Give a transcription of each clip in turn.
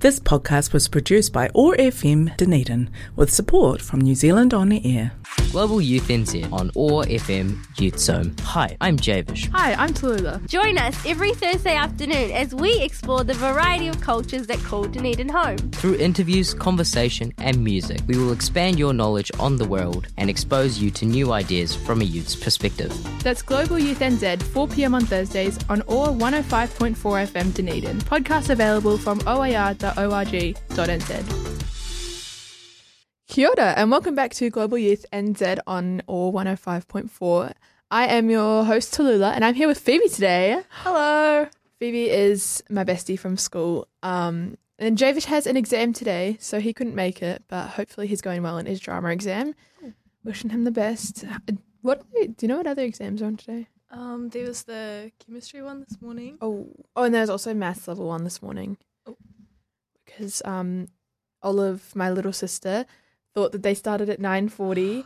This podcast was produced by ORFM Dunedin with support from New Zealand On Air. Global Youth NZ on OR FM Youth Zone. Hi, I'm Javish. Hi, I'm Tallulah. Join us every Thursday afternoon as we explore the variety of cultures that call Dunedin home. Through interviews, conversation, and music, we will expand your knowledge on the world and expose you to new ideas from a youth's perspective. That's Global Youth NZ, 4pm on Thursdays on oh OR 105.4 FM Dunedin. Podcasts available from oar.org.nz. Kia ora, and welcome back to Global Youth NZ on oh OR 105.4. I am your host, Tallulah, and I'm here with Phoebe today. Hello. Phoebe is my bestie from school. Um, and Javish has an exam today, so he couldn't make it, but hopefully he's going well in his drama exam. Wishing him the best. What do you know what other exams are on today? Um, there was the chemistry one this morning. Oh, oh, and there's also maths level one this morning. Because um, Olive, my little sister, thought that they started at nine forty.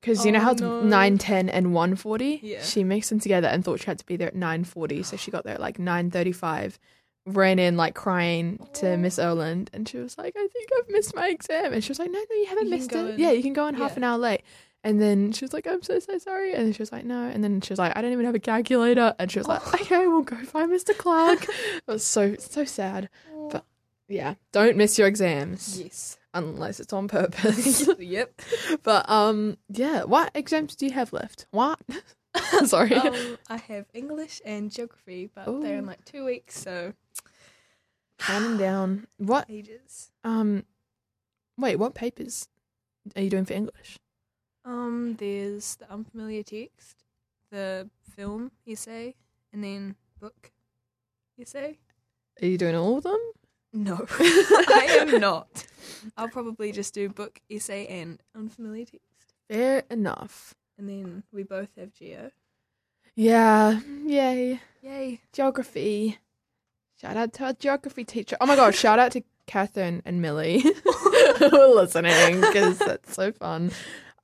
Because you know Oh, how it's no. nine ten and one forty. Yeah. She mixed them together and thought she had to be there at nine forty, so she got there at like nine thirty five. Ran in like crying to Miss Oland, and she was like, "I think I've missed my exam." And she was like, "No, no, you haven't You can missed go it. in." Yeah, you can go in half Yeah. an hour late." And then she was like, I'm so, so sorry. And then she was like, no. And then she was like, I don't even have a calculator. And she was like, okay, we'll go find Mr. Clark. it was so, so sad. But yeah, don't miss your exams Yes. unless it's on purpose. yep. but um, yeah, what exams do you have left? What? sorry. Um, I have English and geography, but they're in Ooh. like two weeks, so Counting down. What? ages. Um, wait, what papers are you doing for English? Um, there's the unfamiliar text, the film essay, and then book essay. Are you doing all of them? No, I am not. I'll probably just do book essay and unfamiliar text, Fair enough. and then we both have geo. Yeah. Yay. Yay! geography. Shout out to our geography teacher. Oh my god, shout out to Catherine and Millie who are listening because that's so fun.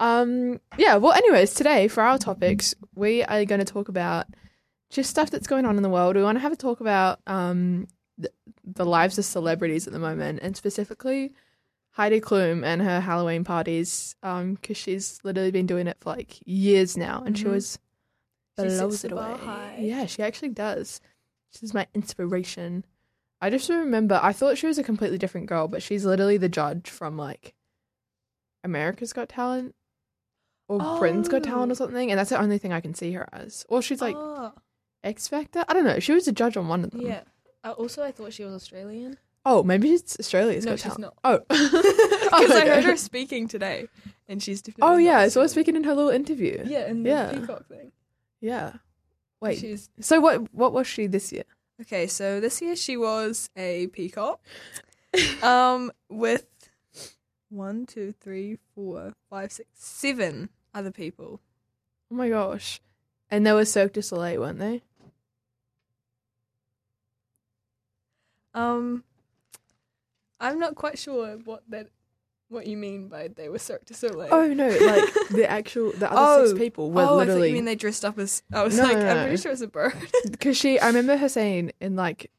Um, yeah, well, anyways, today for our topics, we are going to talk about just stuff that's going on in the world. We want to have a talk about um, th- the lives of celebrities at the moment and specifically Heidi Klum and her Halloween parties because she's literally been doing it for like years now and she Mhm. was She sets Mm-hmm. blows the it bar away. high. Yeah, she actually does. She's my inspiration. I just remember I thought she was a completely different girl, but she's literally the judge from like America's Got Talent or Britain's Got Talent Oh. or something, and that's the only thing I can see her as. Or she's like Oh, X Factor. I don't know. She was a judge on one of them. yeah. I also, I thought she was Australian. Oh, maybe it's Australia's No, Got she's Talent. not. Oh, Because I heard her okay. speaking today, and she's definitely. Oh not yeah, I saw her Australian. speaking in her little interview. Yeah, and the Yeah. peacock thing. Yeah. Wait. she's so what? What was she this year? okay. So this year she was a peacock, um, with one, two, three, four, five, six, seven other people. Oh my gosh. And they were Cirque du Soleil, weren't they? Um, I'm not quite sure what that what you mean by they were Cirque du Soleil. Oh no, like the actual the other six Oh. people were Oh, I thought you mean literally they dressed up as. I was No, like, no, I'm no. pretty sure it's a bird. because she. I remember her saying in like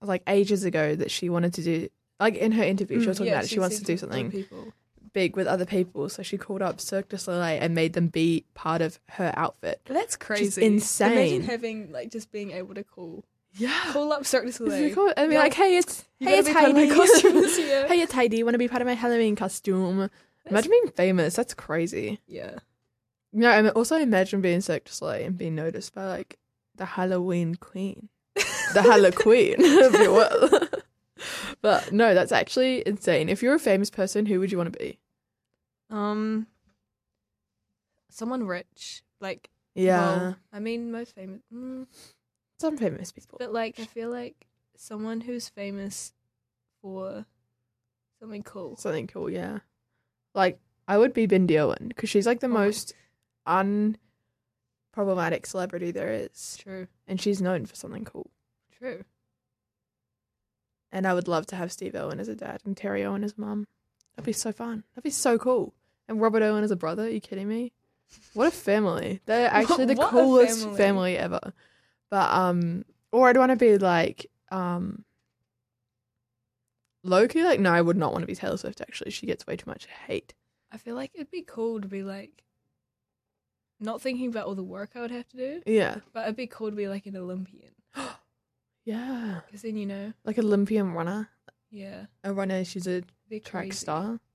like ages ago that she wanted to do like in her interview she was talking Mm, Yeah, about it, she wants to said do with other something People. big with other people, so she called up Cirque du Soleil and made them be part of her outfit. That's crazy. insane. Imagine having like just being able to call Yeah. call up Cirque du Soleil. I mean, Yeah. like, hey, it's You hey, gotta it's be part of my Heidi. costume this year. hey, it's Heidi. Want to be part of my Halloween costume? Imagine being famous. That's crazy. Yeah. No, I mean, also imagine being Cirque du Soleil and being noticed by like the Halloween queen, the Halloween queen, if you will. but no, that's actually insane. If you're a famous person, who would you want to be? Um, someone rich, like well, I mean, most famous, mm, some famous people. but like I feel like someone who's famous for something cool. Something cool, yeah. Like I would be Bindi Owen because she's like the Oh my- most unproblematic celebrity there is, True, and she's known for something cool. true. And I would love to have Steve Owen as a dad and Terry Owen as a mum. That'd be so fun. That'd be so cool. And Robert Owen as a brother. Are you kidding me? What a family. They're actually the What a coolest family. family. ever. But um or I'd want to be like um low key, like, no, I would not want to be Taylor Swift, actually. She gets way too much hate. I feel like it'd be cool to be like not thinking about all the work I would have to do, Yeah. but it'd be cool to be like an Olympian Yeah. because then you know, Like an Olympian runner. yeah, A runner, she's a be track crazy. star.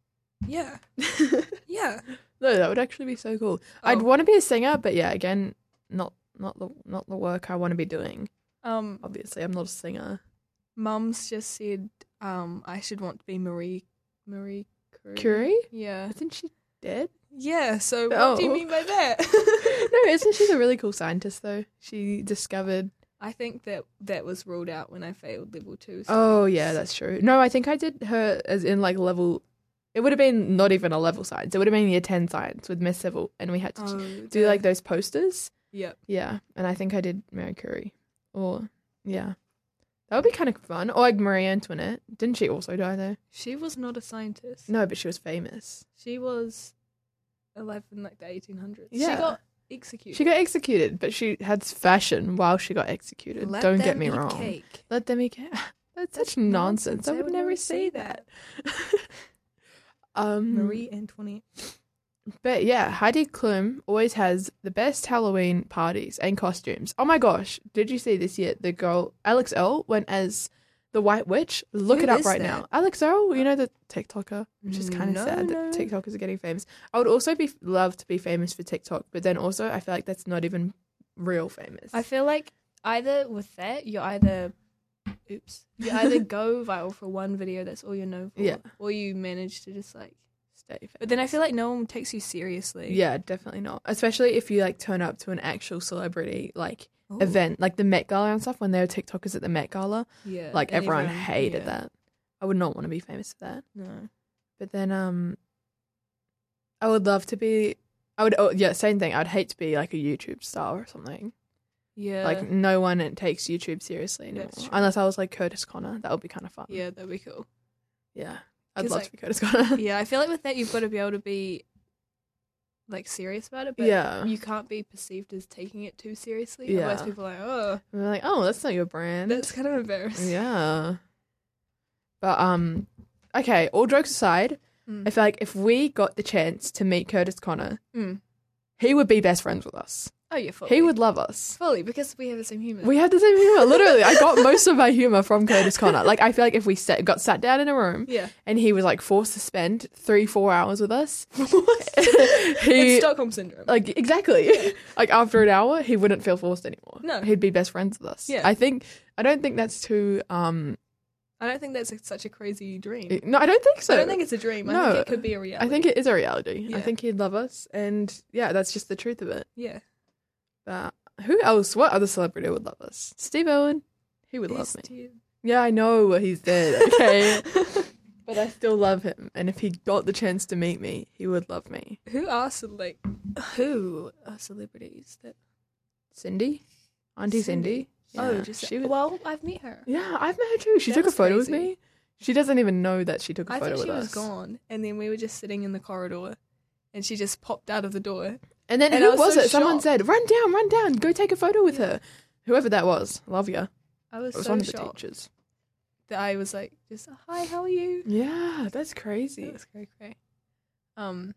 Yeah, no, yeah. that would actually be so cool. I'd Oh. want to be a singer, but yeah, again, not not the not the work I want to be doing. Um, Obviously, I'm not a singer. mum's just said um I should want to be Marie Marie Curie. Curie? Yeah, Isn't she dead? yeah. So what do you Oh. mean by that? no, isn't she a really cool scientist though? She discovered. I think that that was ruled out when I failed level two. So Oh yeah, that's true. No, I think I did her as in like level. It would have been not even a level science. It would have been year ten science with Miss Civil, and we had to do like those posters. Yep. Yeah, and I think I did Mary Curie, or yeah, that would be kind of fun. Or like Marie Antoinette. Didn't she also die though? She was not a scientist. No, but she was famous. She was alive in like the 1800s. She Yeah. got executed. She got executed, but she had fashion while she got executed. Let Don't get them me eat wrong. Cake. Let them eat cake. That's such nonsense. I would never say that. um, Marie Antoinette. But yeah, Heidi Klum always has the best Halloween parties and costumes. Oh my gosh, did you see this yet? The girl Alex Earl went as the White Witch. Look Who it up is right that? now. Alex Earl, you know the TikToker, which is kind of No, sad no. that TikTokers are getting famous. I would also be love to be famous for TikTok, but then also I feel like that's not even real famous. I feel like either with that, you either, oops, you either go viral for one video, that's all you're known for, Yeah. or you manage to just like. Stay famous. But then I feel like no one takes you seriously. Yeah, definitely not. Especially if you like turn up to an actual celebrity like Ooh. event, like the Met Gala and stuff. When there were TikTokers at the Met Gala, Yeah. like and everyone, hated yeah. that. I would not want to be famous for that. No. But then, um, I would love to be. I would. Oh, yeah, same thing. I'd hate to be like a YouTube star or something. Yeah. like no one takes YouTube seriously anymore, That's true. unless I was like Curtis Connor. That would be kind of fun. yeah, that'd be cool. yeah. I'd 'Cause, love like- to be Curtis Connor. yeah, I feel like with that you've got to be able to be like serious about it, but Yeah. you can't be perceived as taking it too seriously. Otherwise Yeah. people are like, oh, And they're like, oh, that's not your brand. that's kind of embarrassing. Yeah. But um okay, all jokes aside, Mm. I feel like if we got the chance to meet Curtis Connor, Mm. he would be best friends with us. Oh, yeah, fully. He would love us. fully because we have the same humor. We have the same humor. Literally, I got most of my humor from Curtis Connor. Like I feel like if we sat, got sat down in a room yeah. and he was like forced to spend 3-4 hours with us, it's he Stockholm syndrome. like exactly. like after an hour, he wouldn't feel forced anymore. No. He'd be best friends with us. Yeah. I think I don't think that's too um I don't think that's a, such a crazy dream. no, I don't think so. I don't think it's a dream. I No. think it could be a reality. I think it is a reality. I Yeah. think he'd love us, and yeah, that's just the truth of it. yeah. But who else? What other celebrity would love us? Steve Owen, he would love me. yeah, I know he's dead. Okay, but I still love him, and if he got the chance to meet me, he would love me. Who are ce- like who are celebrities that Cindy, Auntie Cindy. Yeah, Oh, just she was, well, I've met her. yeah, I've met her too. She That took a was photo with crazy. me. She doesn't even know that she took a I photo thought she with was us. gone, and then we were just sitting in the corridor, and she just popped out of the door. And then And I who was was so it? Someone shocked. said, "Run down, run down, go take a photo with her." Whoever that was, love ya. I was, It was so one of the shocked teachers. that I was like, "Just hi, how are you?" Yeah, that's crazy. That was cray cray. Um,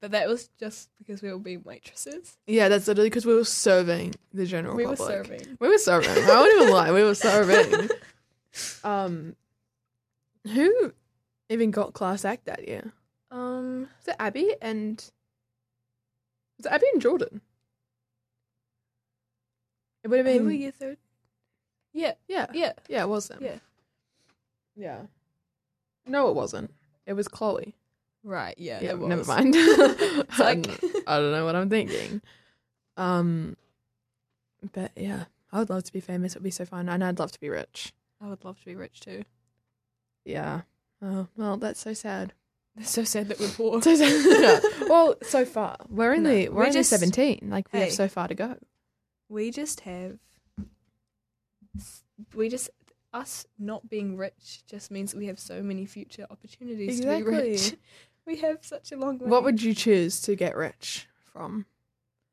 but that was just because we were being waitresses. Yeah, that's literally because we were serving the general we were public. serving. We were serving. I won't even lie. We were serving. Um, who even got class act that year? Um, Was it Abby and was it Abby and Jordan? It would have who were been year third? Yeah, yeah, yeah, yeah. It was them. Yeah. yeah. No, it wasn't. It was Chloe. right, yeah. yeah, it never was. mind. It's I, like- don't, I don't know what I'm thinking. Um, but yeah, I would love to be famous. It would be so fun, and I'd love to be rich. I would love to be rich too. Yeah. Oh well, that's so sad. It's so sad that we're poor. So sad. Well, so far we're No, only we're we're, only just- seventeen. Like we Hey. have so far to go. we just have we just us not being rich just means that we have so many future opportunities to be rich. Exactly. We have such a long way. What would you choose to get rich from?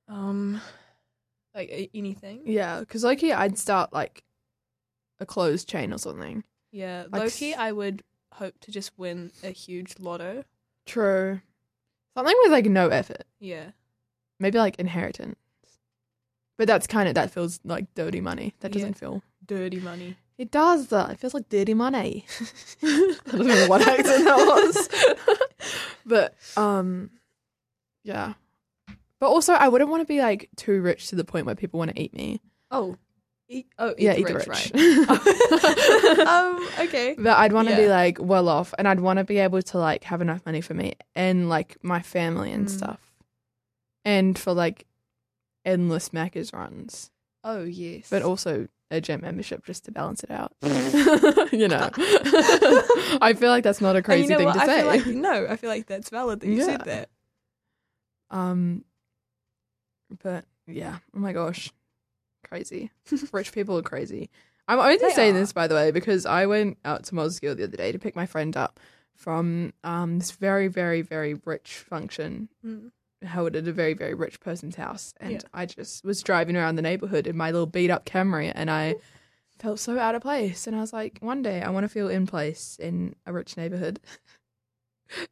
um like a- anything? Yeah, because Loki, I'd start like a clothes chain or something. Yeah, Like Loki, s- I would hope to just win a huge lotto. True. Something with like no effort. Yeah. Maybe like inheritance. But that's kind of that feels like dirty money. That Yeah. doesn't feel. Dirty money. It does though. It feels like dirty money. I don't know what accent that was. but um yeah. But also I wouldn't want to be like too rich to the point where people want to eat me. Oh. Eat, oh, eat yeah, the eat rich, the rich. right. um, okay. But I'd want to be Yeah. like well off and I'd want to be able to like have enough money for me and like my family and Mm. stuff. And for like endless Macca's runs. Oh, yes. But also a gym membership just to balance it out. you know. I feel like that's not a And crazy you know thing what? to I say. Feel like, no, I feel like that's valid that you Yeah. said that. um but yeah, oh my gosh. Crazy. Rich people are crazy. I'm only They saying are. this by the way because I went out to Mosgiel the other day to pick my friend up from um this very very very rich function Mm. held at a very very rich person's house and Yeah. I just was driving around the neighborhood in my little beat up Camry and I felt so out of place and I was like one day I want to feel in place in a rich neighborhood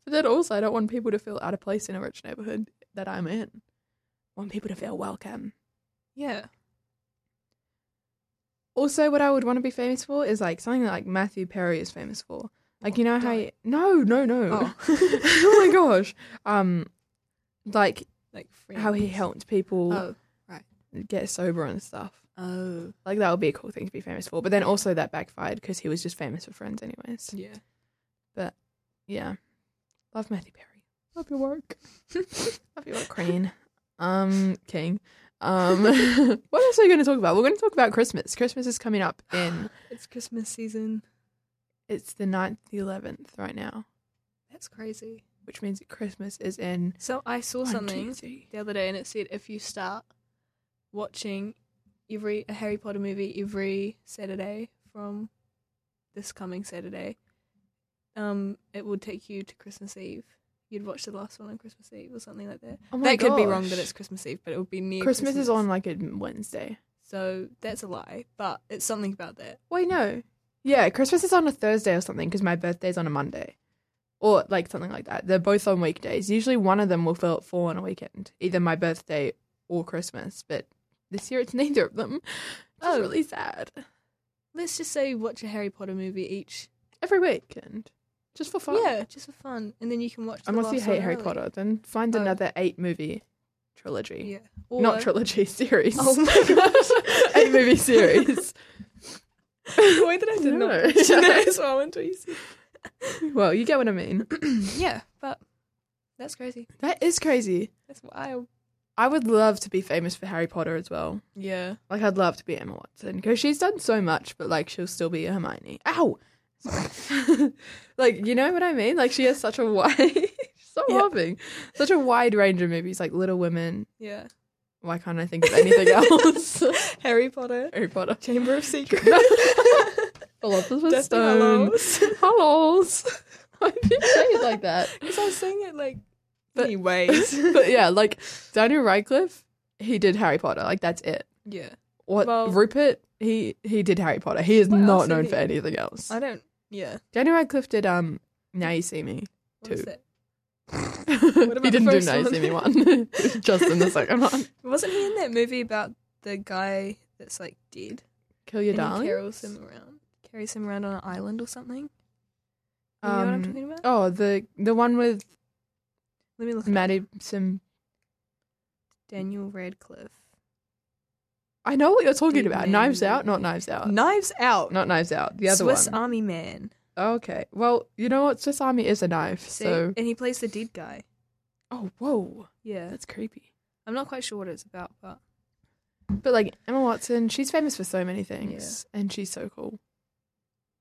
but then also I don't want people to feel out of place in a rich neighborhood that I'm in I want people to feel welcome Yeah. also what I would want to be famous for is like something that like Matthew Perry is famous for like you know how you- no no no Oh. oh my gosh um like Like friends. how he helped people Oh. get sober and stuff. Oh. Like that would be a cool thing to be famous for. But then also that backfired because he was just famous for friends, anyways. Yeah. Yeah, love Matthew Perry. Love your work. love your work, Queen. Um, King. Um, what else are we going to talk about? We're going to talk about Christmas. Christmas is coming up in It's Christmas season. it's the 9th, the eleventh right now, That's crazy. which means Christmas is in So I saw one, two, something three. the other day and it said if you start watching every a Harry Potter movie every Saturday from this coming Saturday, um, it would take you to Christmas Eve. You'd watch the last one on Christmas Eve or something like that. Oh my that could be wrong gosh. that it's Christmas Eve, but it would be near Christmas, is on like a Wednesday. So that's a lie, but it's something about that. Wait, no. Yeah, Christmas is on a Thursday or something because my birthday's on a Monday. Or like something like that. They're both on weekdays. Usually one of them will fall, fall on a weekend, either my birthday or Christmas. But this year it's neither of them. It's Oh. really sad. Let's just say you watch a Harry Potter movie each. Every weekend, just for fun. Yeah, just for fun, and then you can watch. The Unless you last hate one Harry early. Potter, then find Oh. another eight movie trilogy. Yeah, Not Or- trilogy series. Oh my gosh. eight movie series. Why did I did did not not mention that as as well until you said well, you get what I mean. Yeah, but that's crazy. That is crazy. That's wild. I would love to be famous for Harry Potter as well. Yeah. Like I'd love to be Emma Watson because she's done so much, but like she'll still be Hermione. Ow! Sorry. like you know what I mean? Like she has such a wide, so Yeah. loving, such a wide range of movies like Little Women. Yeah. Why can't I think of anything else? Harry Potter. Harry Potter, Chamber of Secrets. Philosopher's Deathly Stone, Hallows. Hallows. I didn't say it like that. Because I was saying it like But- anyways. but yeah, like Daniel Radcliffe, he did Harry Potter. Like that's it. yeah. What Well- Rupert? He he did Harry Potter. He is What not else did known he- for anything else. I don't yeah. Daniel Radcliffe did um Now You See Me. What was Two. that? about he the didn't do first Now You one? See Me one. Just in the second one. Wasn't he in that movie about the guy that's like dead? Kill Your and he Darling. carries him around. Carries him around on an island or something. You know what I'm Um, talking about? Oh, the the one with Let me look at Maddie Sim. Daniel Radcliffe. I know what you're talking Deep about. Man. Knives Out, not Knives Out. Knives out. Not Knives Out. Oh. The other Swiss one. Army Man. okay. Well, you know what? Swiss Army is a knife. See? So. and he plays the dead guy. Oh, whoa. Yeah, That's creepy. I'm not quite sure what it's about, but But like Emma Watson, she's famous for so many things, and she's so cool.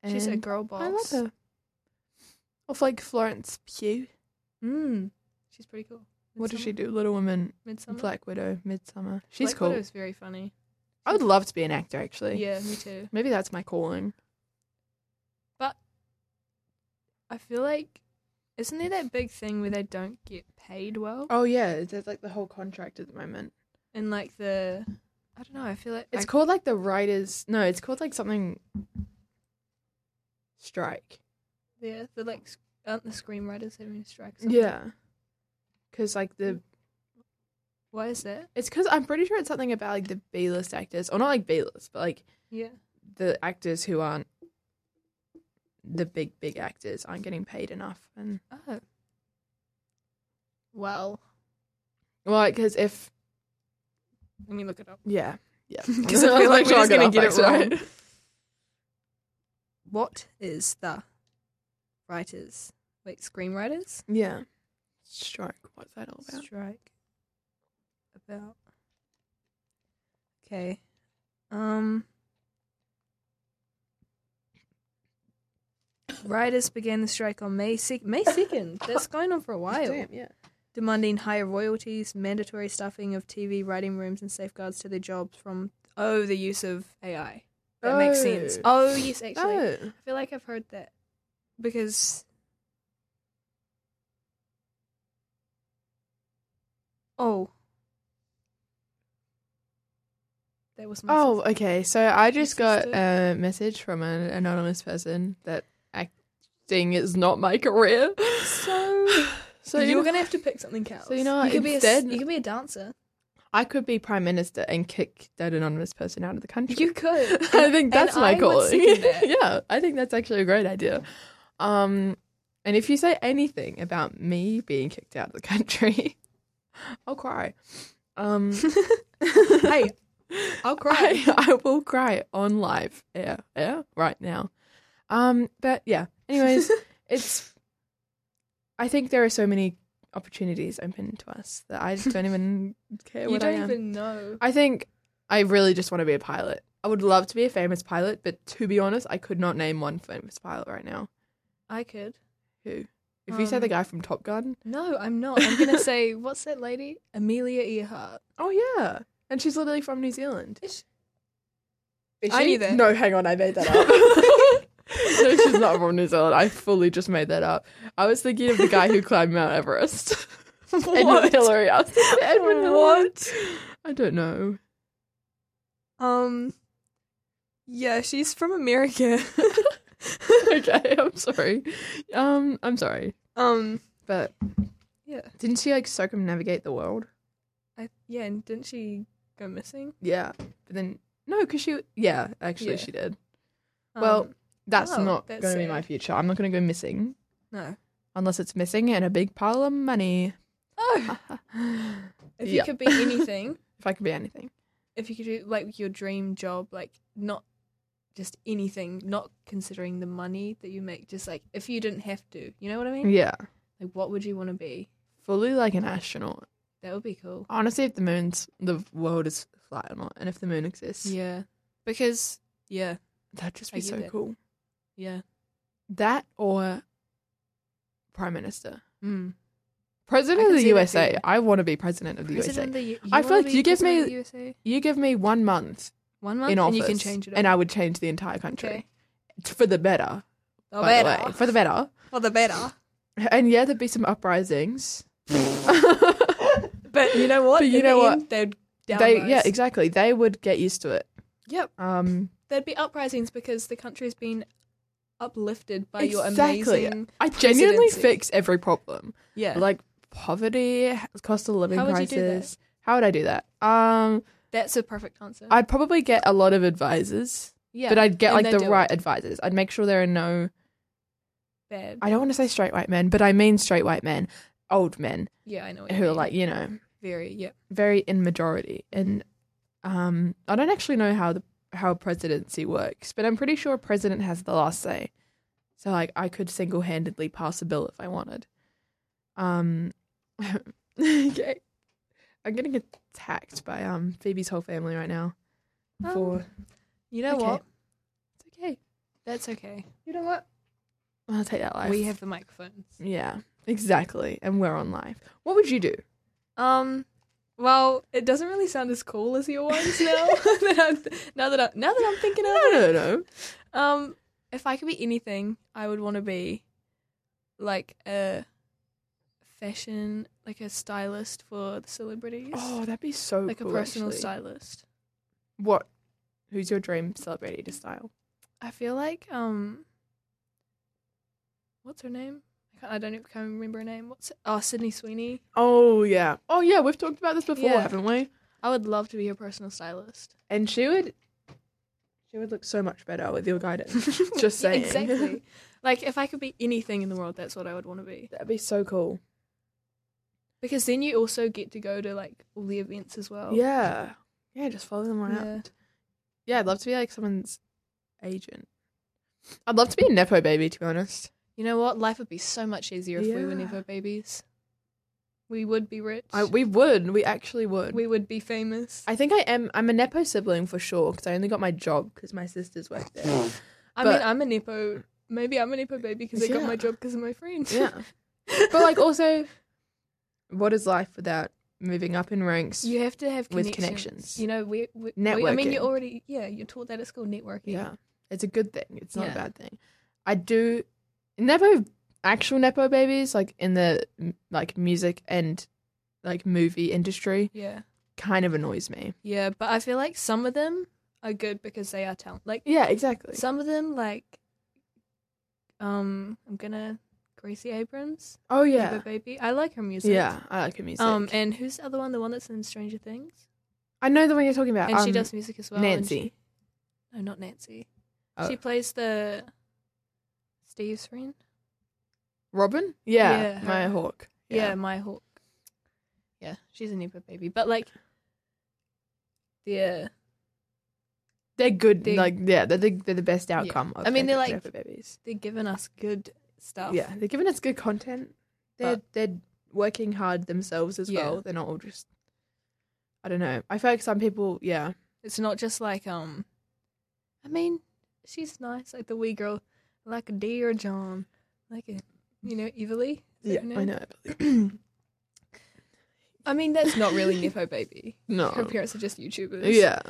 she's a And girl boss. I love her. Of like Florence Pugh. Mm. She's pretty cool. What does she do? Little Women, Midsummer. Black Widow, Midsummer. She's Black cool. Widow's very funny. I would love to be an actor, actually. Yeah, me too. Maybe that's my calling. I feel like isn't there that big thing where they don't get paid well Oh yeah, there's like the whole contract at the moment. and like the I don't know. I feel like It's I- called like the writers. No, it's called like something. Strike. Yeah, the like sc- aren't the screenwriters having a strike? or something? Yeah. Because, like, the. Why is that? It's because I'm pretty sure it's something about, like, the B list actors. Or not, like, B list, but, like, Yeah. the actors who aren't the big, big actors aren't getting paid enough. And, Oh. Well, well, because if. let me look it up. Yeah. Yeah. 'Cause I feel like we're just gonna get it wrong. What is the writers? Wait, screenwriters Yeah. Strike. What's that all about? strike about? Okay. Um. Writers began the strike on May sec- May second. That's going on for a while. yeah. demanding higher royalties, mandatory stuffing of TV writing rooms, and safeguards to their jobs from oh the use of AI. That makes Oh. sense. Oh yes, actually, Oh. I feel like I've heard that because oh that was my Oh, sister. okay. So I just got sister. a message from an anonymous person that acting is not my career. So- so you're you know, gonna have to pick something else. so you know what, you could be a, s- instead- you could be a dancer. I could be prime minister and kick that anonymous person out of the country. You could. I think that's and my I would calling. second that. yeah, I think that's actually a great idea. Um, and if you say anything about me being kicked out of the country, I'll cry. Um, hey, I'll cry. I, I will cry on live air, air right now. Um, but yeah. Anyways, it's. I think there are so many opportunities open to us that I just don't even care you what I don't am. even know. I think I really just want to be a pilot. I would love to be a famous pilot, but to be honest, I could not name one famous pilot right now. I could. Who? If you say the Um, guy from Top Gun, No, I'm not. I'm gonna say what's that lady? Amelia Earhart. oh yeah, and she's literally from New Zealand. Is I- I knew that. No, hang on, I made that up. no, she's not from New Zealand. I fully just made that up. I was thinking of the guy who climbed Mount Everest. Edward Hillary. I was thinking Edward Hillary. What? I don't know. Um, yeah, she's from America. okay, I'm sorry. Um, I'm sorry, um, but yeah, didn't she like circumnavigate the world? I yeah, and didn't she go missing? Yeah, but then no, because she yeah, actually Yeah. she did. Well, Um, That's Oh, not that's going to be sad. my future. I'm not going to go missing no. unless it's missing and a big pile of money. Oh, if Yeah. you could be anything, If I could be anything. if you could do like your dream job, like not just anything, not considering the money that you make, just like if you didn't have to, you know what I mean? Yeah. Like, what would you want to be? fully like an astronaut. That would be cool. Honestly, if the moon's the world is flat or not, and if the moon exists, Yeah, because yeah, that'd just I be get so that. cool. yeah. That or prime minister, Mm. I president can of the see that USA. too. I want to be president of the USA. President of the U- I wanna feel like be you give president me of the USA? you give me one month, one month in office, and you can change it. and all. I would change the entire country Okay. T- for the better. Oh, by the better. way, for the better. for the better. And yeah, there'd be some uprisings. But you know what? But you In the know what? end, They'd they downrise. yeah, exactly. They would get used to it. Yep. Um, There'd be uprisings because the country's been uplifted by Exactly. your amazing. I genuinely presidency. fix every problem. Yeah. like poverty, cost of living How would you crisis. do that? How would I do that? Um, That's a perfect answer. I'd probably get a lot of advisors, Uh. yeah. but I'd get and like they the do right it. advisors. I'd make sure there are no. Bad. I don't want to say straight white men, but I mean straight white men, old men yeah, I know. What you who are mean. like you know very. Yeah. very in majority. And um, I don't actually know how the how presidency works, but I'm pretty sure a president has the last say. So like I could single handedly pass a bill if I wanted. Um, okay, I'm gonna get attacked by um Phoebe's whole family right now. For Um, You know Okay. what? it's okay, That's okay. you know what? I'll take that life. We have the microphones. yeah, exactly, and we're on live. What would you do? Um, well, it doesn't really sound as cool as your ones now. that I'm, now that I, now that I'm thinking No, of it, no, no. um, if I could be anything, I would want to be like a fashion, like a stylist for the celebrities, Oh, that'd be so like cool, a personal actually. stylist. What? Who's your dream celebrity to style? I feel like um, what's her name? I, can't, I don't even- can't remember her name. What's oh Sydney Sweeney? Oh yeah. Oh yeah. We've talked about this before, Yeah. haven't we? I would love to be her personal stylist. And she would, she would look so much better with your guidance. Just Yeah, saying. exactly. like if I could be anything in the world, that's what I would want to be. That'd be so cool. Because then you also get to go to like all the events as well. Yeah. Oh. Yeah. Just follow them around. Yeah. Yeah, I'd love to be like someone's agent. I'd love to be a nepo baby, to be honest. You know what? Life would be so much easier if we were Yeah. never babies. We would be rich. I, we would. We actually would. we would be famous. I think I am. I'm a nepo sibling for sure because I only got my job because my sisters worked there. I But- mean, I'm a nepo. Maybe I'm a nepo baby because I got Yeah. my job because of my friends. yeah, but like also, what is life without moving up in ranks? you have to have With connections. connections. You know, we, we we- I mean, Networking. you're already yeah. You're taught that at school, networking. Yeah, it's a good thing. It's not a Yeah. bad thing. I do nepo actual nepo babies like in the m- like music and like movie industry yeah, kind of annoys me. yeah. But I feel like some of them are good because they are talent. Like Yeah, exactly. some of them, like um, I'm gonna Gracie Abrams. oh Nepo yeah, baby. I like her music. yeah. I like her music. Um, and who's the other one? The one that's in Stranger Things, I know the one you're talking about. and she um, does music as well. and Nancy. she- no, not Nancy. Oh. She plays the Steve's friend. Robin. Yeah, Yeah, my her. hawk. Yeah, my hawk. Yeah, she's a Nepo baby, but like, yeah, They're good. They- like yeah, they're the, they're the best outcome. Of I mean, they're Nepo- like- Nepo babies. they're giving us good stuff. Yeah, they're giving us good content. They're But- they're working hard themselves as Yeah. well. They're not all just. I don't know. I feel like some people, yeah, it's not just like um, I mean, she's nice, like the wee girl, like a dear John, like a you know, Everly. Is that her I name? know. I mean, that's not really Nepo baby. Her No, parents are just YouTubers. yeah,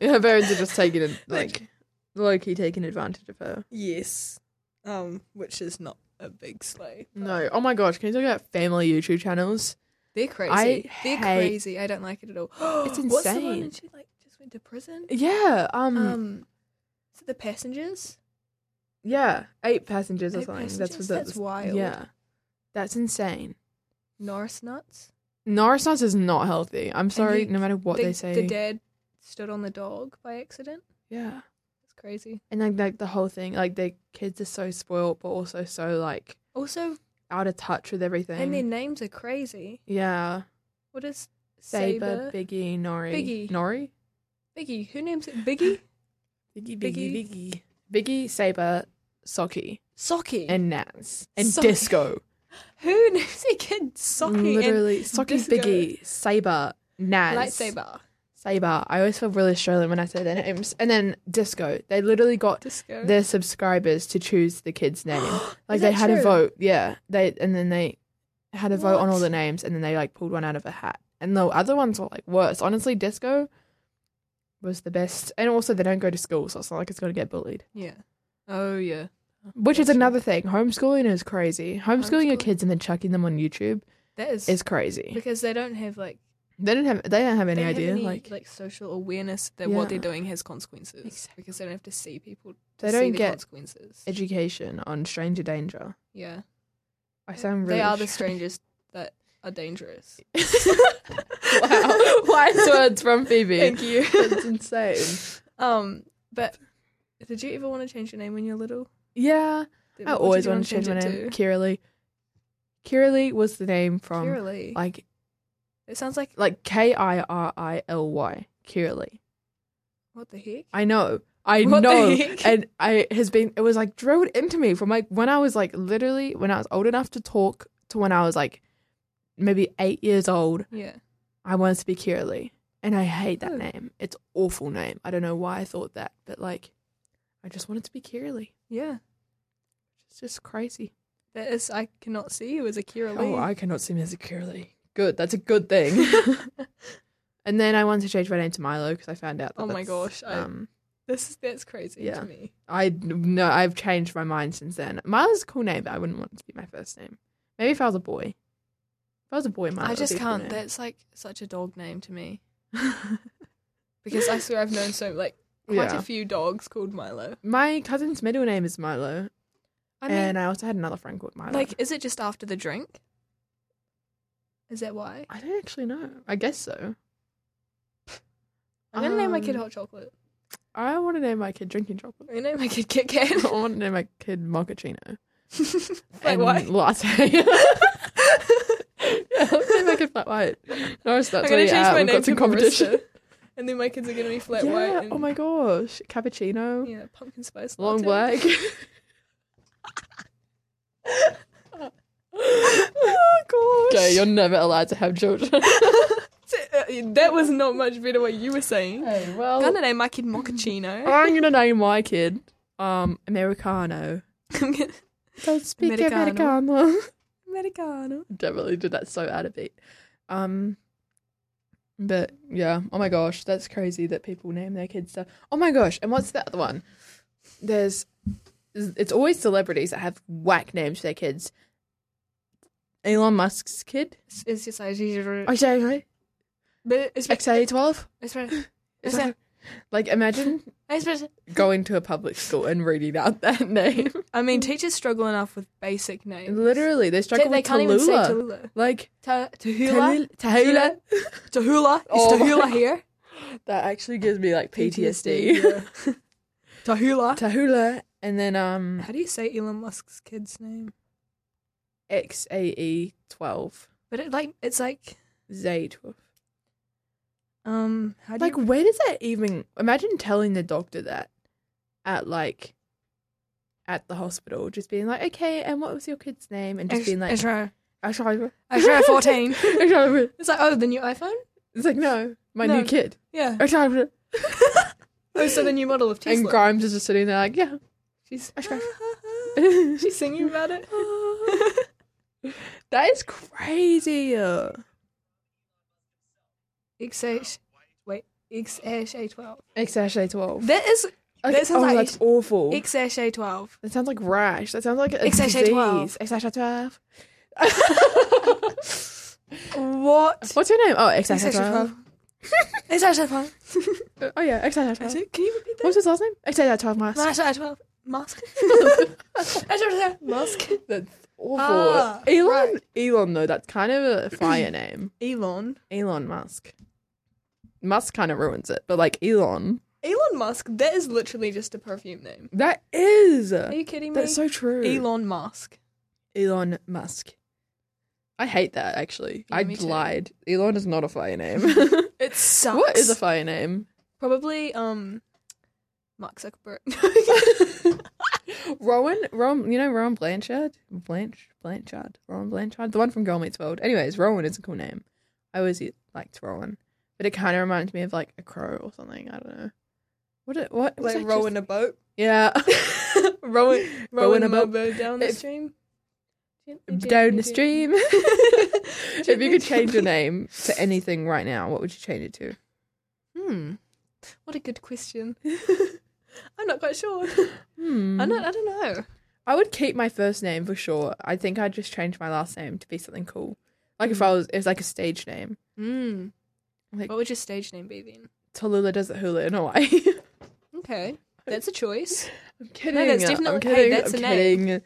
her parents are just taking it like low key taking advantage of her. Yes. Um, which is not a big slay. No, oh my gosh, can you talk about family YouTube channels? They're crazy. They're hate- crazy. I don't like it at all. It's What's the one insane. that she like just went to prison? Yeah, um, Um, is it the passengers? yeah, eight passengers or Eight something. That's Passengers? what That's wild. Yeah, that's insane. Norris nuts. Norris nuts is not healthy. I'm sorry, the- no matter what the, they say. The dad stood on the dog by accident. yeah, It's crazy. and like, like the whole thing, like their kids are so spoiled, but also so like Also, out of touch with everything. and their names are crazy. yeah, What is Saber, Saber? Biggie, Nori, Biggie. Nori, Biggie. Who names it? Biggie. Biggie, Biggie. Biggie, Biggie, Saber, Socky, Socky. and Nats, and Socky. Disco. who names their kid Socky? Literally, Socky, Disco. Biggie, Saber, Nats, Lightsaber. Saber. I always feel really Australian when I say their names. And then Disco. They literally got Disco. their subscribers to choose the kid's name. like Is they that had a true? vote, yeah. They and then they had a vote on all What? the names, and then they like pulled one out of a hat. And the other ones were like worse. Honestly, disco was the best. And also, they don't go to school, so it's not like it's going to get bullied. Yeah. Oh yeah. Which is That's true. another thing. Homeschooling is crazy. Homeschooling your Homeschooling. kids and then chucking them on YouTube That is, is crazy. because they don't have like They don't have. They don't have they any don't have idea. any, like, social awareness that what they're Yeah. doing has consequences because they don't have to see people. To They see don't the get consequences. education on stranger danger. yeah, I sound really. they are the sh- strangers that are dangerous. wow. Wise words from Phoebe. Thank you. That's insane. um, but did you ever want to change your name when you're little? Yeah, Did- I what did always you wanted wanna to change my it name. to? Kiralee. Kiralee was the name from Kira Lee. like it sounds like like K I R I L Y. Kiralee. what the heck? I know. I What the know. heck? And I has been it was like drilled into me from like when I was like literally when I was old enough to talk to when I was like maybe eight years old, yeah, I wanted to be Kiralee. And I hate that Oh. name. It's awful name. I don't know why I thought that, but like I just wanted to be Kiralee. yeah. It's just crazy. That is, I cannot see you as a Kira Lee. Oh, I cannot see me securely. Good. That's a good thing. and then I wanted to change my name to Milo because I found out. That Oh my that's, gosh, I- Um, this is that's crazy Yeah. to me. I no, I've changed my mind since then. Milo's a cool name, but I wouldn't want it to be my first name. Maybe if I was a boy. If I was a boy, Milo. I would just be a cool can't. name. That's like such a dog name to me. because I swear I've known so like quite Yeah. a few dogs called Milo. My cousin's middle name is Milo. I mean, and I also had another friend called Milo. like, is it just after the drink? Is that why? I don't actually know. I guess so. I'm gonna name my kid Um, hot chocolate. I want to name my kid drinking chocolate. I'm gonna name my kid Kit I Kat. want to name my kid mochaccino. Wait, and why? Latte. yeah, let's name my kid flat white. Norris, that's I'm gonna where change you're at. my We've name got to some competition. Barista, and then my kids are gonna be flat yeah. white. And, oh my gosh. Cappuccino. Yeah, pumpkin spice. Long latte. black. oh gosh. Okay, you're never allowed to have children. uh, That was not much better what you were saying. hey, I'm well, gonna name my kid Mochaccino. I'm gonna name my kid um Americano. I'm gonna Don't speak Americano. Americano. Americano. Definitely did that so out of beat. Um, but yeah, oh my gosh, that's crazy that people name their kids stuff. Oh my gosh, and what's the other one? There's, it's always celebrities that have whack names for their kids. Elon Musk's kid, It's just like Oh, it's XA XA twelve. Like imagine going to a public school and reading out that name. I mean, teachers struggle enough with basic names. Literally, they struggle they with can't even say Tallulah. Tallulah. Like Ta- Tahula. Tallulah. Tallulah. Tahula. Is Oh my Tahula here? That actually gives me like PTSD. yeah. Tahula. Tahula, and then um How do you say Elon Musk's kid's name? XAE E twelve But it like it's like Z E twelve. um how do Like, you where does that even? Imagine telling the doctor that at like at the hospital, just being like, "Okay, and what was your kid's name?" and just being like, Ezra "Ashira." Ezra fourteen. Ashira. It's like oh the new iPhone. It's like, no, my No. new kid. Yeah. Ashira. Oh, so the new model of Tesla. And Grimes is just sitting there like, yeah. She's Ashra. she's singing about it. That is crazy. XH wait XHA twelve. XASHA twelve. That is Like, E that sounds oh, like E that's awful. XHA twelve. That sounds like rash. That sounds like a XHA12. disease. XHA12. What? What's your name? Oh, XHA12. XHA twelve. Oh, yeah, Is XHA12. it? Can you repeat that? What's his last name? XHA12 mask. XHA twelve. Mask. Mask. That's awful. Ah, Elon, right. Elon though, that's kind of a fire name. Elon. Elon Musk. Musk kind of ruins it, but like Elon. Elon Musk. That is literally just a perfume name. That is. Are you kidding me? That's so true. Elon Musk. Elon Musk. I hate that actually. Yeah, I me too. lied. Elon is not a fire name. It sucks. what is a fire name? Probably um, Mark Zuckerberg. Rowan, Rowan, you know Rowan Blanchard, Blanch, Blanchard, Rowan Blanchard, the one from Girl Meets World. Anyways, Rowan is a cool name. I always liked Rowan, but it kind of reminds me of like a crow or something. I don't know. What? It, what? was like that rowing just- a boat. Yeah. Rowing, rowing Rowing a a boat boat. down the If- stream. Gently, Down gently, the stream. gently. if you could change your Gently, name to anything right now, what would you change it to? gently. Hmm. What a good question. I'm not quite sure. Hmm. I'm not. I don't know. I would keep my first name for sure. I think I'd just change my last name to be something cool. Like if I was, it was like a stage name. Hmm. Like- what would your stage name be then? Tallulah does it hula in Hawaii. Okay, that's a choice. I'm kidding. that's I'm definitely- hey, kidding. that's I'm a name. kidding.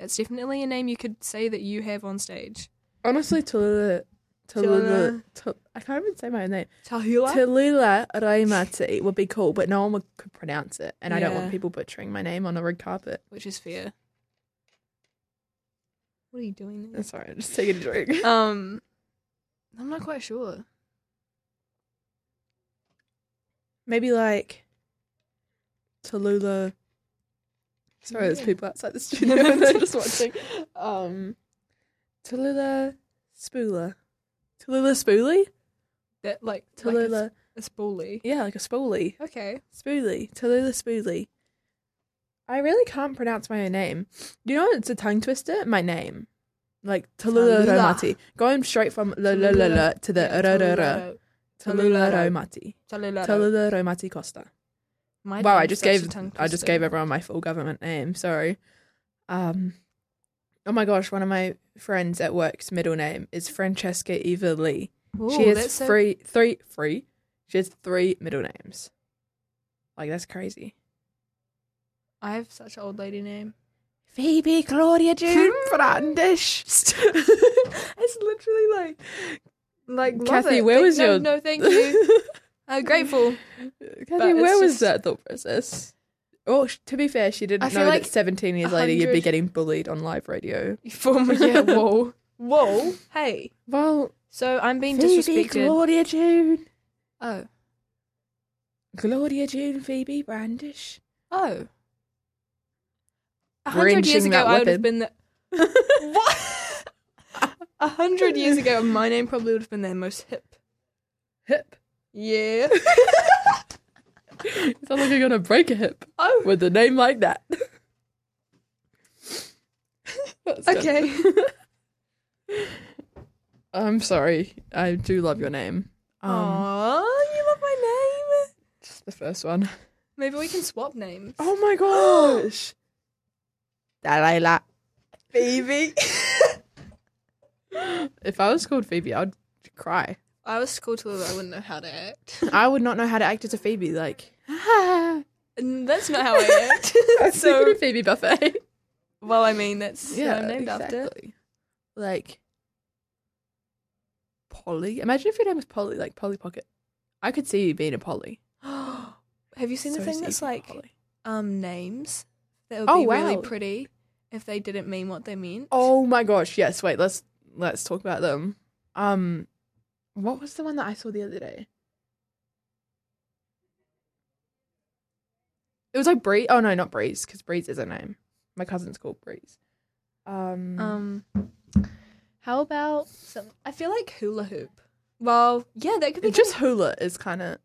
That's definitely a name you could say that you have on stage. Honestly, Tallulah, Tallulah, Tal- I can't even say my own name. Tahula. Tallulah Raimati would be cool, but no one would, could pronounce it, and I don't Yeah. want people butchering my name on a red carpet. which is fair. What are you doing there? That's Sorry, I'm just taking a drink. Um, I'm not quite sure. Maybe like Tallulah. Sorry, there's Yeah. people outside the studio and they're just watching. Um, Tallulah Spooler. Tallulah Spoolie? That like Tallulah. like a, s- a spoolie. yeah, like a spoolie. Okay. Spoolie. Tallulah Spoolie. I really can't pronounce my own name. You know, it's a tongue twister. My name, like Tallulah Tallulah. Romati, going straight from la la la la to the ra ra ra. Tallulah Romati. Tallulah Romati Costa. My wow, I name's just such a gave tongue I just twister. gave everyone my full government name. Sorry. Um, oh my gosh, one of my friends at work's middle name is Francesca Eva Lee. Ooh, she that's has so- three, three, three. She has three middle names. Like that's crazy. I have such an old lady name. Phoebe, Claudia, June, Brandish. it's literally like, like love Kathy, it. where Thank- was no, your- No, thank you. I'm Uh, grateful. Kathy, it's where was just- that thought process? Well, sh- to be fair, she didn't I know feel like that 17 years later you'd be 100 getting bullied on live radio. Former, yeah, whoa. Whoa, hey. Well, So I'm being Phoebe, disrespected. Claudia June. Oh, Claudia June, Phoebe Brandish. oh. A We're hundred years inching ago, that I would weapon. have been the. what? A hundred years ago, my name probably would have been the most hip. hip. Yeah. It's not like you're going to break a hip Oh. with a name like that. That's good. Okay. I'm sorry. I do love your name. Um, Aww, you love my name. just the first one. Maybe we can swap names. Oh my gosh. Delilah. Phoebe. if I was called Phoebe, I'd cry. I was school till I wouldn't know how to act. I would not know how to act as a Phoebe. Like, And that's not how I act. so so, Phoebe Buffet. well, I mean, that's yeah, I'm named after. Like Polly. Imagine if your name was Polly, like Polly Pocket. I could see you being a Polly. Have you seen the So thing see that's being a like Polly. um names that would Oh, be really wow. pretty if they didn't mean what they meant? Oh my gosh! Yes. Wait. Let's let's talk about them. Um, what was the one that I saw the other day? It was like Bree. Oh no, not Breeze, because Breeze is a name. My cousin's called Breeze. Um, Um, how about some? I feel like hula hoop. Well, yeah, that could be just hula is kind of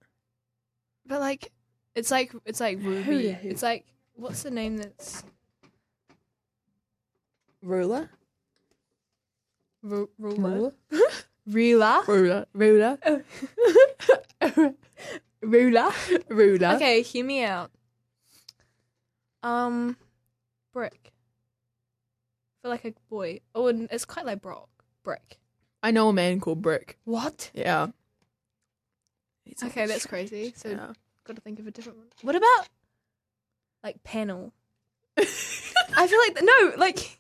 But like, it's like it's like Ruby. hoop. It's like what's the name that's ruler. ru- ruler? Ruler. Ruler, ruler, Ruler. ruler. Okay, hear me out. Um, brick. For like a boy. Oh, and it's quite like Brock. Brick. I know a man called Brick. What? Yeah. Okay, that's crazy. So Yeah. got to think of a different one. What about like panel? I feel like no, like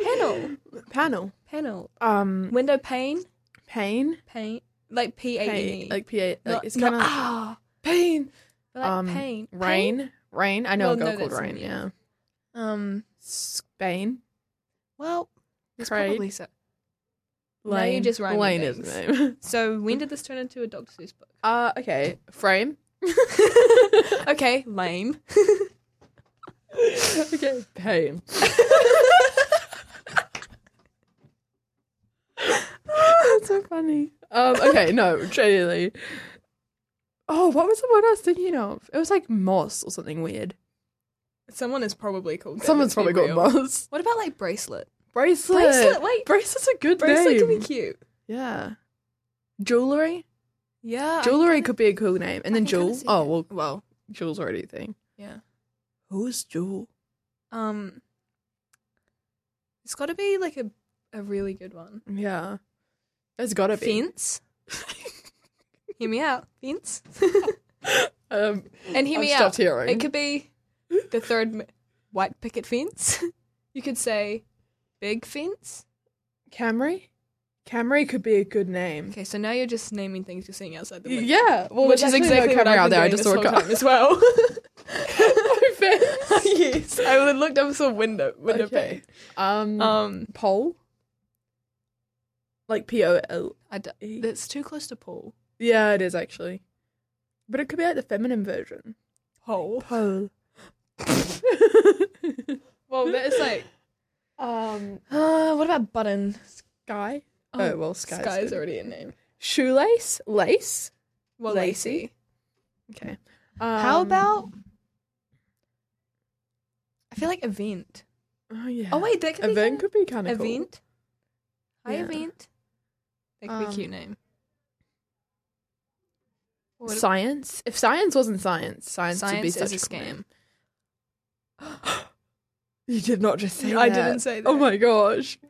panel, Panel. panel, Um, window pane, pain. pane, like P A N E, Pain. Like pa. Like Not- it's not kind of ah, pain. but like um, pain, Rain. Rain. I know Well, a girl no, called that's Rain. in- Yeah. Pain? Um, Spain. well, there's Craig. probably so. Now you just rhymed Lane is things. the name. So when did this turn into a Dr. Seuss book? Uh, okay. Frame. okay, lame. okay. Pain. That's so funny. Um, okay, no, genuinely. Oh, what was the one I was thinking of? It was like moss or something weird. Someone is probably called. that, Someone's let's be probably got real. moss. What about like bracelet? Bracelet. Bracelet, wait. Bracelet's a good name. Bracelet could be cute. Yeah. Jewelry. Yeah, I Jewelry kinda- could be a cool name. And I then can kinda Jewel. see Oh, that. well, well, Jewel's already a thing. Yeah. Who's Jewel? Um, it's got to be like a a really good one. Yeah. It's gotta be. Fence. hear me out, fence. Um, and hear I've me out. stopped hearing. It could be the third m- white picket fence. you could say big fence. Camry? Camry could be a good name. Okay, so now you're just naming things you're seeing outside the window. Yeah, well, Which is exactly what I've been doing this whole time as well. yes, I would looked up some window window Okay. Um, pane. Um, pole, like P O L. I d- that's too close to Paul. Yeah, it is actually, but it could be like the feminine version. Paul. Pole. Well, that is like. um, Uh, what about button? sky. Oh, well, sky's, Sky's good. already a name. shoelace, lace. Well, Lacey. Lacey. Okay. How Um, about? I feel like event. Oh yeah. Oh wait, that could event be could be kind kinda- of cool. event. Hi, Yeah. event. That could be a cute Um, name. What- Science. If science wasn't science, science, would be Science such is a cool name. scam. You did not just say I that. didn't say that. Oh my gosh.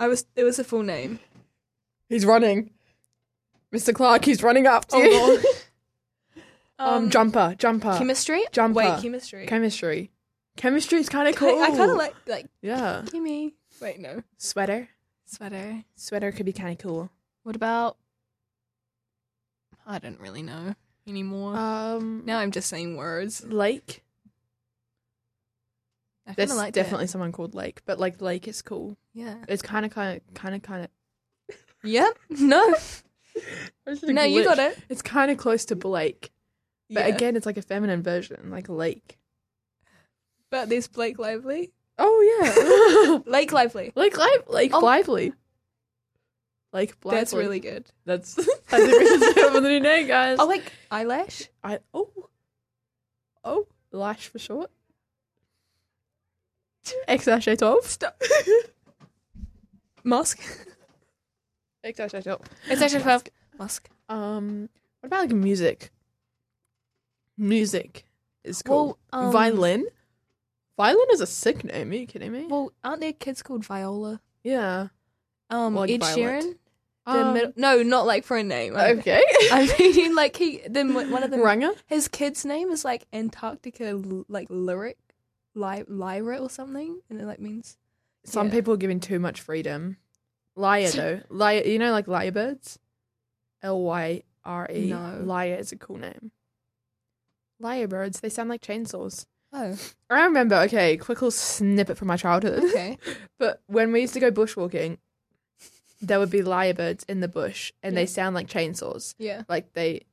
I was. It was a full name. He's running. Mr. Clark, he's running up to you. Um, Um, jumper, jumper. chemistry. Jumper. Wait, chemistry. chemistry. Chemistry's kind of cool. I, kind of like like Yeah. gimme. Wait, no Sweater. sweater. Sweater could be kind of cool. What about? I don't really know anymore. Um. now I'm just saying words. Lake. I kind There's of like definitely someone called Lake, but like Lake is cool. Yeah. It's kind of, kind of, kind of, kind of. Yep. No. no, you got it. It's kind of close to Blake, but Yeah. again, it's like a feminine version, like Lake. But there's Blake Lively. Oh yeah. Lake Lively. Like live, like Oh. lively. Like lively. That's really good. That's that's it. We should the new name, guys. Oh, like eyelash. I oh oh lash for short. XHA twelve. Stop. Musk. XHA twelve. It's actually twelve. Musk. Um, what about like music? Music is cool. Well, um, Violin. Violin is a sick name. Are you kidding me? Well, aren't there kids called Viola? yeah. Um, Like Ed Violet. Sheeran. The Um, middle. No, not like for a name. I- Okay. I mean, like he then one of the Runga. his kid's name is like Antarctica, L- like lyric, Ly- Lyra or something, and it like means Some Yeah. people are given too much freedom. Liar though, liar. You know, like lyrebirds. L Y R E. No. Liar is a cool name. Lyrebirds. They sound like chainsaws. oh, I remember. Okay, quick little snippet from my childhood. okay, But when we used to go bushwalking, there would be lyrebirds in the bush, and Yeah. they sound like chainsaws. yeah, Like they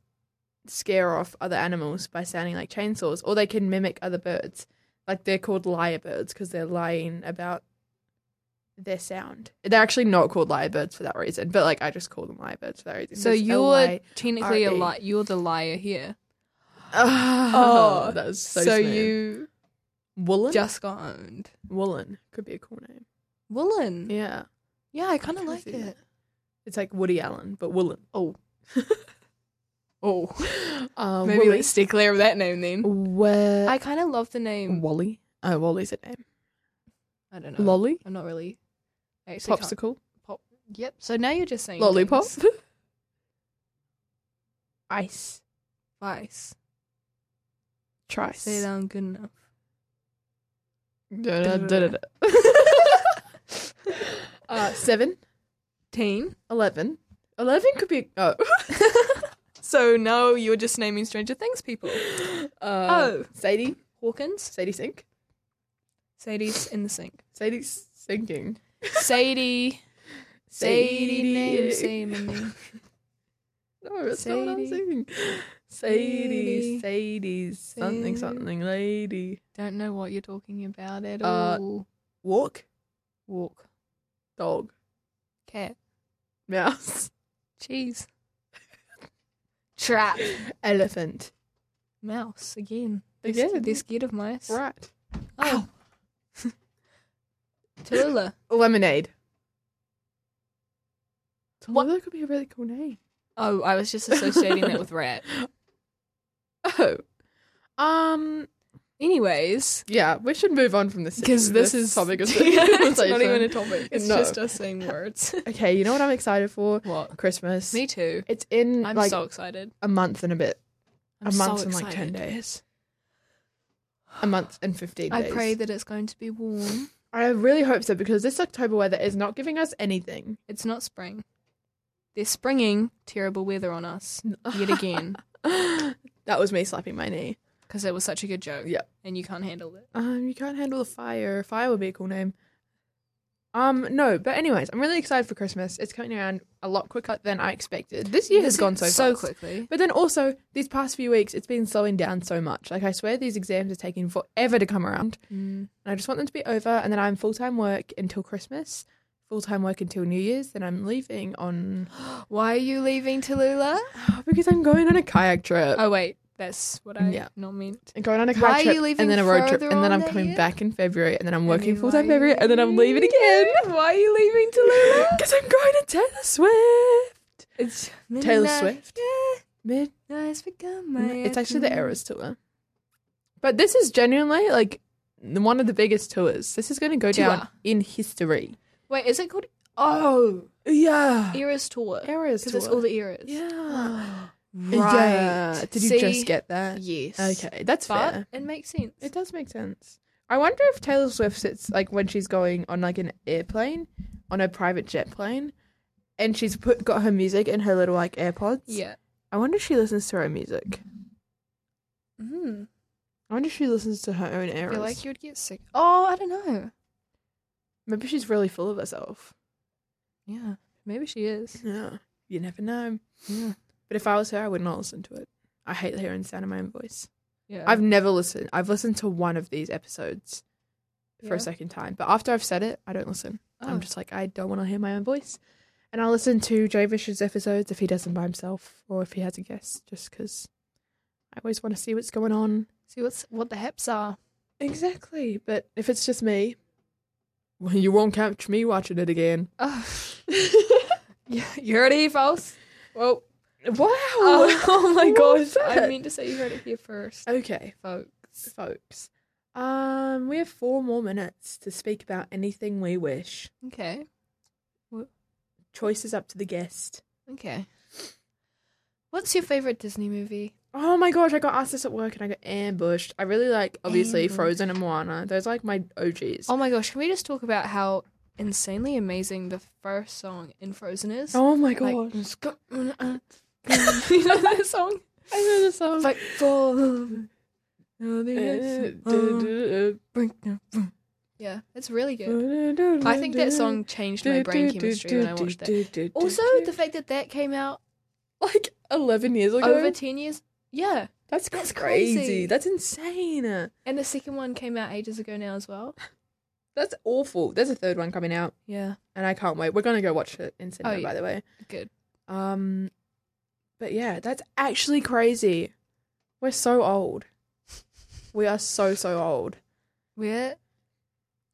scare off other animals by sounding like chainsaws, or they can mimic other birds. Like they're called lyrebirds because they're lying about their sound. They're actually not called lyrebirds for that reason, but like I just call them lyrebirds for that reason. So There's you're LY technically a R-E. li- you're the liar here. Oh, Oh, that was so, so smooth. you woolen just got owned. woolen could be a cool name. Woolen. Yeah, Yeah, I kind of I like see it. that. It's like Woody Allen, but woolen. Oh, Oh, uh, maybe Wooly. let's stay clear of that name then. Where I kind of love the name. Wally. Oh, Wally's a name. I don't know. Lolly, I'm not really. I actually can't- popsicle, Yep. So now you're just saying lollipop, things. ice, Vice. trice. Say that I'm good enough. Da- da- da- da- da. Uh, seven, Teen. eleven. Eleven could be. Oh, So now you're just naming Stranger Things people. Uh, Sadie, Hawkins. Sadie sink, Sadie's in the sink. Sadie sinking. Sadie. Sadie. name, Sadie. name. No, that's not what I'm Sadie. singing. Sadie, Sadie, something, something, lady. Don't know what you're talking about at Uh, all. Walk, Walk. dog, Cat. mouse, Cheese. Trap. elephant. Mouse again. They're, Again. they're scared of mice. Right. Oh. Tallulah. Lemonade. What- What? That could be a really cool name. Oh, I was just associating that with rat. Oh. Um. Anyways, Yeah, we should move on from this because this, is topic of it's conversation. not even a topic. It's No. just us saying words. okay, you know what I'm excited for? what? Christmas. Me too. It's in I'm like so excited. a month and a bit. I'm a month so and excited. like ten days. A month and fifteen I days. pray that it's going to be warm. I really hope so because this October weather is not giving us anything. It's not spring. They're springing terrible weather on us yet again that was me slapping my knee. because it was such a good joke. Yeah. And you can't handle it. Um, you can't handle the fire. Fire would be a cool name. Um, no, but anyways, I'm really excited for Christmas. It's coming around a lot quicker than I expected. This year has gone so so fast. quickly. But then also these past few weeks, it's been slowing down so much. Like I swear, these exams are taking forever to come around, Mm. and I just want them to be over. And then I'm full time work until Christmas, full time work until New Year's. Then I'm leaving on Why are you leaving Tallulah? because I'm going on a kayak trip. Oh wait, that's what I Yeah. not meant. I'm going on a kayak Why are you trip, leaving and then a road trip, further and then on I'm that coming year? back in February, and then I'm And working then full time why are you February, and then I'm leaving again. Why are you leaving Tallulah? Because I'm going to Taylor Swift. It's Taylor midnight. Swift. Mid- Yeah, it's become my. it's actually the afternoon. Eras tour. But this is genuinely like the- one of the biggest tours. This is going to go down Tour. in history. Wait, is it called? Oh, Yeah. Eras tour. Eras because it's tour. all the eras. Yeah. Right. Yeah. Did you See? just get that? Yes. Okay, that's But fair. it makes sense. It does make sense. I wonder if Taylor Swift sits like when she's going on like an airplane, on a private jet plane, and she's put got her music in her little like AirPods. Yeah. I wonder if she listens to her own music. Mm. I wonder if she listens to her own I errors. feel like you would get sick. Oh, I don't know. Maybe she's really full of herself. Yeah. Maybe she is. Yeah. You never know. Yeah. But if I was her, I would not listen to it. I hate hearing the sound of my own voice. Yeah. I've never listened. I've listened to one of these episodes for Yeah. a second time, but after I've said it, I don't listen. Oh. I'm just like, I don't want to hear my own voice. And I'll listen to Jay Vish's episodes if he does them by himself or if he has a guest, just because I always want to see what's going on. see what's what the hips are. Exactly. But if it's just me, well, you won't catch me watching it again. Oh. you you heard it here, folks. Well, Wow. oh, oh my What was gosh. I that? mean to say you heard it here first, Okay. folks. folks. Um, we have four more minutes to speak about anything we wish. Okay. Choice is up to the guest. Okay. What's your favorite Disney movie? Oh my gosh, I got asked this at work and I got ambushed. I really like obviously Ambushed. Frozen and Moana. Those are like my OGs. Oh my gosh, can we just talk about how insanely amazing the first song in Frozen is? Oh my Like, mm, gosh. you know that song? I know the song. Fight for love. Oh, Uh, the yes. du- Yeah, it's really good. du- du- I think that song du- changed du- my brain du- du- chemistry when I du- watched that. du- du- du- Also, du- the fact that that came out like 11 years ago. over 10 years. Yeah. that's, that's crazy. crazy. That's insane. And the second one came out ages ago now as well. That's awful. There's a third one coming out Yeah. and I can't wait. We're going to go watch it in cinema, Oh, yeah. by the way. Good. Um, but yeah, that's actually crazy. We're so old. We are so so old. We're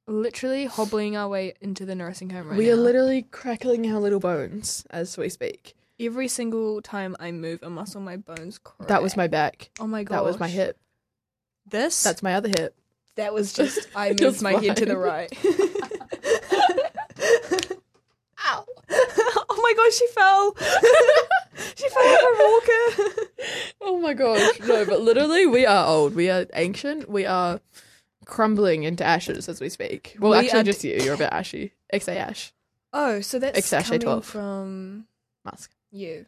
literally hobbling our way into the nursing home right we are now. literally crackling our little bones as we speak. Every single time I move a muscle, my bones crack. That was my back. Oh my gosh. That was my hip. This? That's my other hip. that was just. I moved Just my head to the mine. right. Ow. oh my gosh, she fell. she fell off her walker. Oh my gosh. No, but literally we are old. We are ancient. We are crumbling into ashes as we speak. Well, We actually are d- just you. You're a bit ashy. XA Ash. Oh, so that's It's actually coming 12. from Musk. you.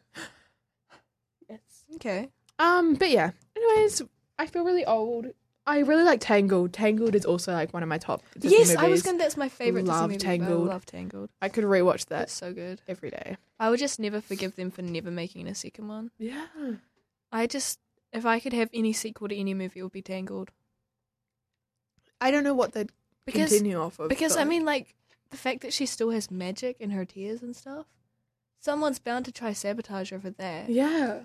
yes. Okay. Um, but yeah. Anyways, I feel really old. I really like Tangled. Tangled is also like one of my top. Disney yes, I was movies. gonna. That's my favorite. Disney Love movie, but Tangled. I love Tangled. I could rewatch that That's so good. every day. I would just never forgive them for never making a second one. Yeah. I just, if I could have any sequel to any movie, it would be Tangled. I don't know what they'd Because continue off of. because but- I mean, like the fact that she still has magic in her tears and stuff. Someone's bound to try sabotage her for that. Yeah.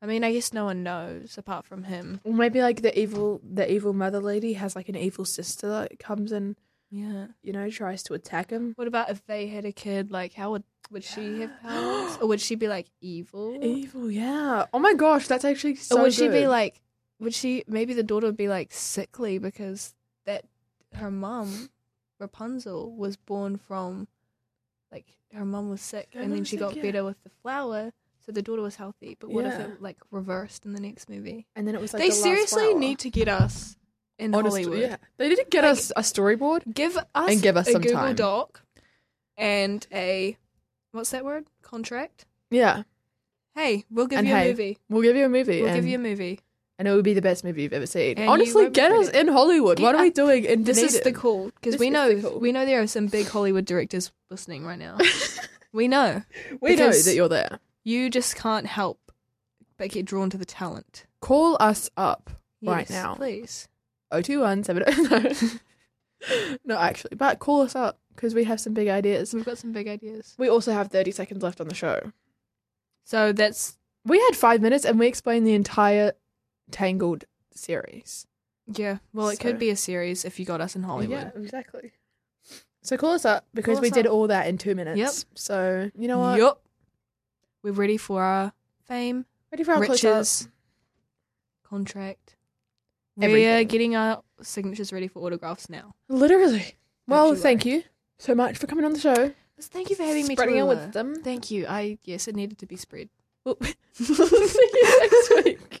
I mean, I guess no one knows apart from him. Or maybe like the evil the evil mother lady has like an evil sister that comes and, Yeah. you know, tries to attack him. What about if they had a kid? Like, how would would she have powers, or would she be like evil? Evil, yeah. Oh my gosh, that's actually so or would she be good. like would she maybe the daughter would be like sickly because that her mum rapunzel was born from like her mum was sick Her and then mum's she sick, got yeah. better with the flower so the daughter was healthy but what if Yeah. it like reversed in the next movie and then it was like they the last seriously flower. need to get us in Honestly, hollywood Yeah. They didn't get us a storyboard. give us And give us a some google time. doc and a what's that word contract Yeah. hey we'll give And you hey, a movie We'll give you a movie. we'll and, give you a movie and it would be the best movie you've ever seen. And you Honestly, won't get us regret it. in Hollywood. What are we Yeah. doing in This is the Dunedin? call because This we is know the call. we know there are some big Hollywood directors listening right now. we know We know because- that you're there. you just can't help but get drawn to the talent Call us up right Yes, now. please. 0217 No, actually, but call us up because we have some big ideas. We've got some big ideas. We also have 30 seconds left on the show. So that's We had five minutes and we explained the entire Tangled series. yeah. Well, it So- could be a series if you got us in Hollywood. exactly. So call us up because Call we us did up. all that in two minutes. Yep. So, you know what? Yup. We're ready for our fame, Ready for our close riches, contract. We're Everything. getting our signatures ready for autographs now. Literally. Well, Literally. thank you so much for coming on the show. Thank you for having me. Spreading our Tallulah. wisdom. Thank you. I yes, it needed to be spread. We'll see you next week.